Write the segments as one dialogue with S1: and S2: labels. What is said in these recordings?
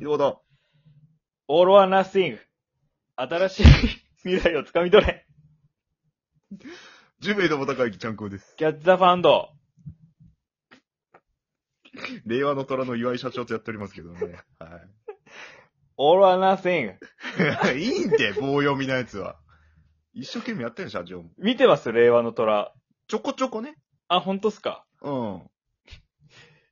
S1: いうこと。
S2: All or Nothing。新しい未来をつかみ取れ。
S1: 10名のも高いきちゃんこうです。
S2: キャッチザファンド。
S1: 令和の虎の岩井社長とやっておりますけどね。は
S2: All or Nothing。
S1: い。 いいんで、棒読みなやつは。一生懸命やってんの、社長も。
S2: 見てます令和の虎。
S1: ちょこちょこね。
S2: あ、ほんとっすか。
S1: うん。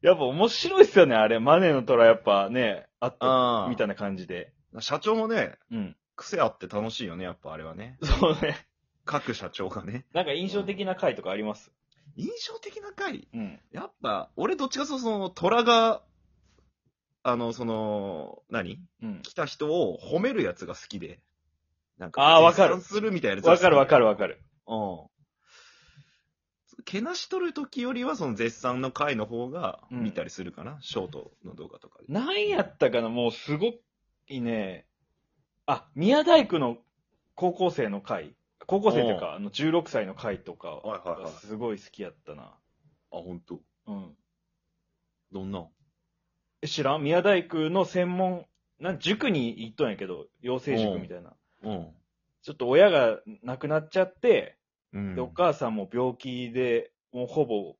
S2: やっぱ面白いっすよね、あれ。マネの虎やっぱね、あった、
S1: あ
S2: みたいな感じで。
S1: あ。社長もね、
S2: うん。
S1: 癖あって楽しいよね、やっぱあれはね。
S2: そうね。
S1: 各社長がね。
S2: なんか印象的な回とかあります
S1: 印象的な回
S2: うん。
S1: やっぱ、俺どっちかというとその、虎が、あの、その、何
S2: うん。
S1: 来た人を褒めるやつが好きで。なんか、
S2: あーわかる
S1: 絶賛するみたいなやつ
S2: わかるわか
S1: る。
S2: るわかる。
S1: うん。けなしとる時よりは、その絶賛の回の方が
S2: うん
S1: 見たりするかな、ショートの動画とかで。
S2: 何やったかなもうすごいね。あ、宮大工の高校生の回。高校生というか、あの、16歳の回とか
S1: はいはいは
S2: が
S1: い
S2: すごい好きやったな。
S1: あ、ほんと。
S2: うん。
S1: どんな
S2: え知らん宮大工の専門、なん、塾に行っとんやけど、養成塾みたいな。
S1: うん。
S2: ちょっと親が亡くなっちゃって、
S1: うん
S2: で、お母さんも病気で、もうほぼ、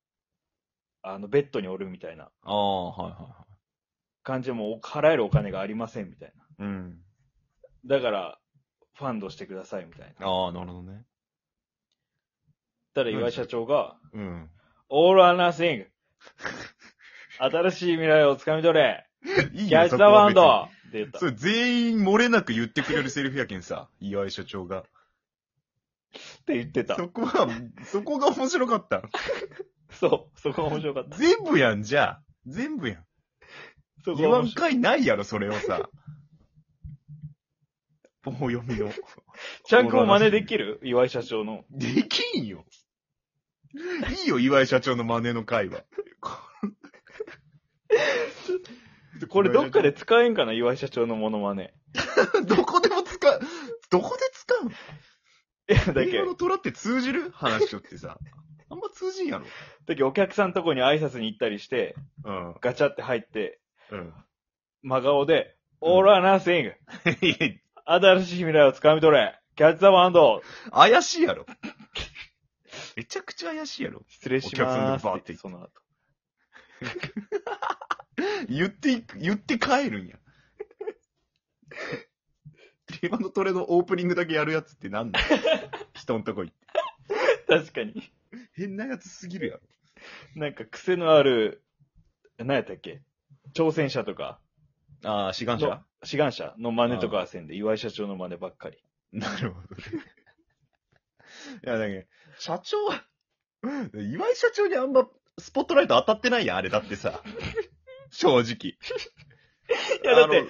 S2: あの、ベッドにおるみたいな
S1: ああ、はいはいは
S2: 感じで、もう払えるお金がありませんみたい
S1: い。うん。
S2: な。だから、ファンドしてくださいみたいな。
S1: ああ、なるほどね。
S2: たら岩井社長が、
S1: うん。
S2: All or Nothing! 新しい未来をつかみ取れ
S1: い
S2: キ
S1: よ
S2: ャッチ・ザ・ワンドって言った
S1: そ。れ全員漏れなく言ってくれるセリフやけんさ、岩井社長が。
S2: って言ってた。
S1: そこは、そこが面白かった。
S2: そう。そこが面白かった。
S1: 全部やんじゃあ。全部やん。
S2: そこ
S1: 言
S2: が
S1: わ
S2: 面
S1: ん
S2: 白い
S1: かいないやろ、それをさ。棒読みの。
S2: ちゃんくんを真似できる岩井社長の。
S1: できんよ。いいよ、岩井社長の真似の会 話。
S2: これどっかで使えんかな岩井社長のモノマネ。
S1: どこでも使う。どこで使うの
S2: い や、だけ
S1: 令和、の虎って通じる話しとってさ。あんま通じんやろ。
S2: だけお客さんとこに挨拶に行ったりして、
S1: うん。
S2: ガチャって入って、
S1: うん。
S2: 真顔で、
S1: うん
S2: オールアナーシング新しい未来をつかみ取れキャッチザワンド
S1: 怪しいやろ。めちゃくちゃ怪しいやろ。
S2: 失礼しま
S1: お客さんがバーっ
S2: ー
S1: て
S2: す。その後。
S1: 言ってい、言って帰 るんや。令和のトレのオープニングだけやるやつってなん だ人んとこ行って。
S2: 確かに。
S1: 変なやつすぎるやろ。
S2: なんか癖のある、何やったっけ挑戦者とか、
S1: ああ、志願
S2: の志願者の真似とかはせんで、岩井社長の真似ばっかり。
S1: なるほどね。 いや、だけど社長は、岩井社長にあんまスポットライト当たってないやん、あれだって さ。正直。
S2: いや、だっ
S1: あ
S2: て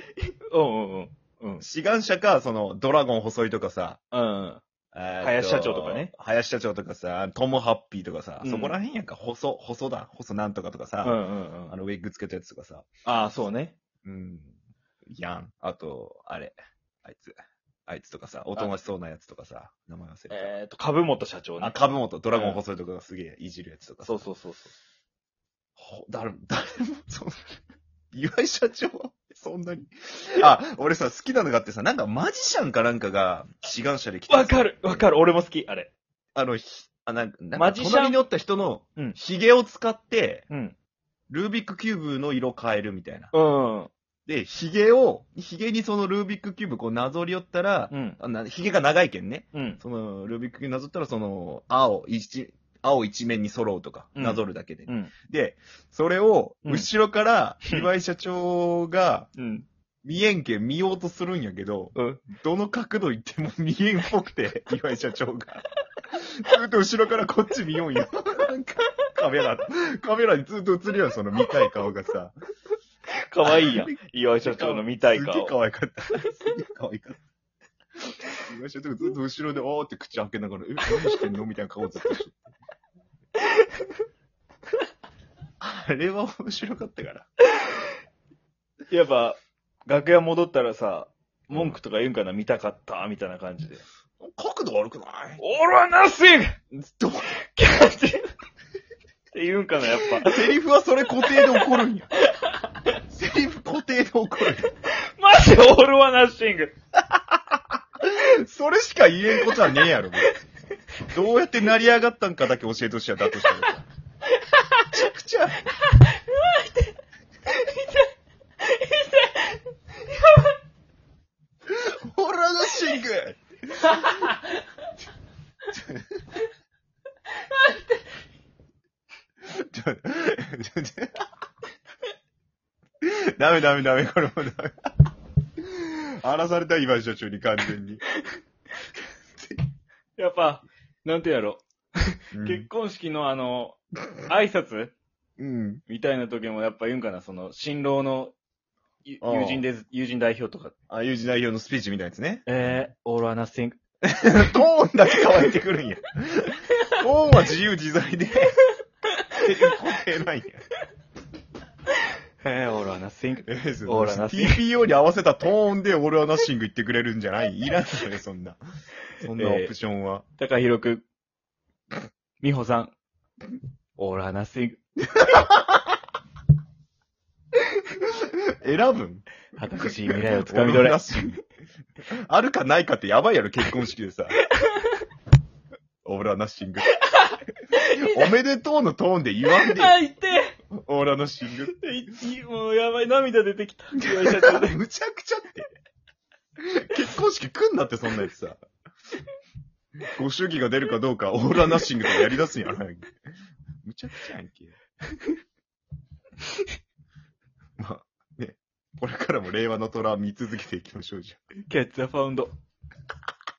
S1: の、
S2: うんうんうん。うん。
S1: 志願者か、その、ドラゴン細いとかさ、
S2: うんうん。
S1: えーと
S2: 林社長とかね。
S1: 林社長とかさ、トムハッピーとかさ、
S2: うん
S1: そこら辺やんか、細、細だ、細なんとかとか
S2: うんう
S1: さ、
S2: んう
S1: あ
S2: ん。
S1: のウィッグつけたやつとかさ、
S2: ああ、そうね。
S1: うん。やん。あと、あれ、あいつ、あいつとかさ、おとなしそうなやつとかさ、名前忘れた。
S2: えっと、株元社長ね
S1: あ、。株元、ドラゴン細いとかがすげえいじるやつとかさ。
S2: そうそうそうそう。
S1: ほ誰も、誰も、そんな、岩井社長は、そんなに。あ、俺さ、好きなのがあってさ、なんかマジシャンかなんかが、志願者で来てさ
S2: わかるわかる俺も好き、あれ。
S1: あの、ひあ、なんか、なん
S2: マ
S1: か
S2: ジシャン
S1: 隣におった人の
S2: うん、
S1: 髭を使って、
S2: うん。
S1: ルービックキューブの色変えるみたいな。
S2: うん。
S1: で、髭を、髭にそのルービックキューブこうなぞり寄ったら、
S2: うん。
S1: あな髭が長いけんね。
S2: うん。
S1: その、ルービックキューブなぞったら、その、青、一、青一面に揃うとか、
S2: うん
S1: なぞるだけで。
S2: うん。
S1: で、それを、
S2: うん
S1: 後ろから、
S2: うん
S1: 岩井社長が、
S2: うん。
S1: 見えんけん見ようとするんやけど、
S2: うん。
S1: どの角度行っても見えんっぽくて、 岩井社長が。ずっと後ろからこっち見ようよ。なんかカメラ、カメラにずっと映るよ、その見たい顔がさ。
S2: かわいいや ん。岩井社長の見たい
S1: すげえ
S2: 顔。
S1: 可愛かった。すげえ可愛かった。岩井社長ずっと後ろで、おーって口開けながら、え、何してんのみたいな顔ずっと して。あれは面白かったから。
S2: やっぱ、楽屋戻ったらさ、文句とか言うんかな、見たかった、みたいな感じで。
S1: 角度悪くない
S2: 俺はナッシング
S1: ど
S2: キャッチって言うんかな、やっ ぱ。
S1: セリフはそれ固定で怒るんや。セリフ固定で怒るんや。
S2: オールはナッシング。
S1: それしか言えんことはねえやろ、別にどうやって成り上がったんかだけ教えてほしいや、だとしたら。めちゃく ちゃ。ホラーナッシング ちょちょちょ ダメダメダメ、これもダメ。荒らされた今社長に完全に。
S2: やっぱ、なんてやろ
S1: う
S2: う。
S1: ん
S2: 結婚式のあの、挨拶
S1: うん。
S2: みたいな時もやっぱ言うんかな、その、新郎のゆ
S1: ああ
S2: 友人で、友人代表とか。
S1: あ、友人代表のスピーチみたいなやつね。
S2: えー、オールはナッシング。
S1: トーンだけ変わってくるん や。トーンは自由自在 で。固定ないんや。
S2: えー、オールはナッシング。
S1: えーそう
S2: オーラナッシング
S1: TPO に合わせたトーンでオーラナッシング言ってくれるんじゃないいらんのよ、そ んな。そんなオプションは。
S2: 高広くん。美穂さん。オールはナッシング。
S1: 選ぶん
S2: 果たしい未来をつかみ取
S1: オーラナ
S2: れ
S1: ッ。シングあるかないかってやばいやろ、結婚式で さ。オーラナッシング。おめでとうのトーンで言わんでよ。
S2: あ、いて
S1: オーラナッシング。
S2: いいもうやばい、涙出てきた。岩井社長で。
S1: むちゃくちゃって。結婚式来んなって、そんなやつさ。ご祝儀が出るかどうか、オーラナッシングとかやり出すんやろ、早くむちゃくちゃやんけ。まあ、ね。これからも令和の虎見続けていきましょう、じゃあ
S2: キャッツアファウンド。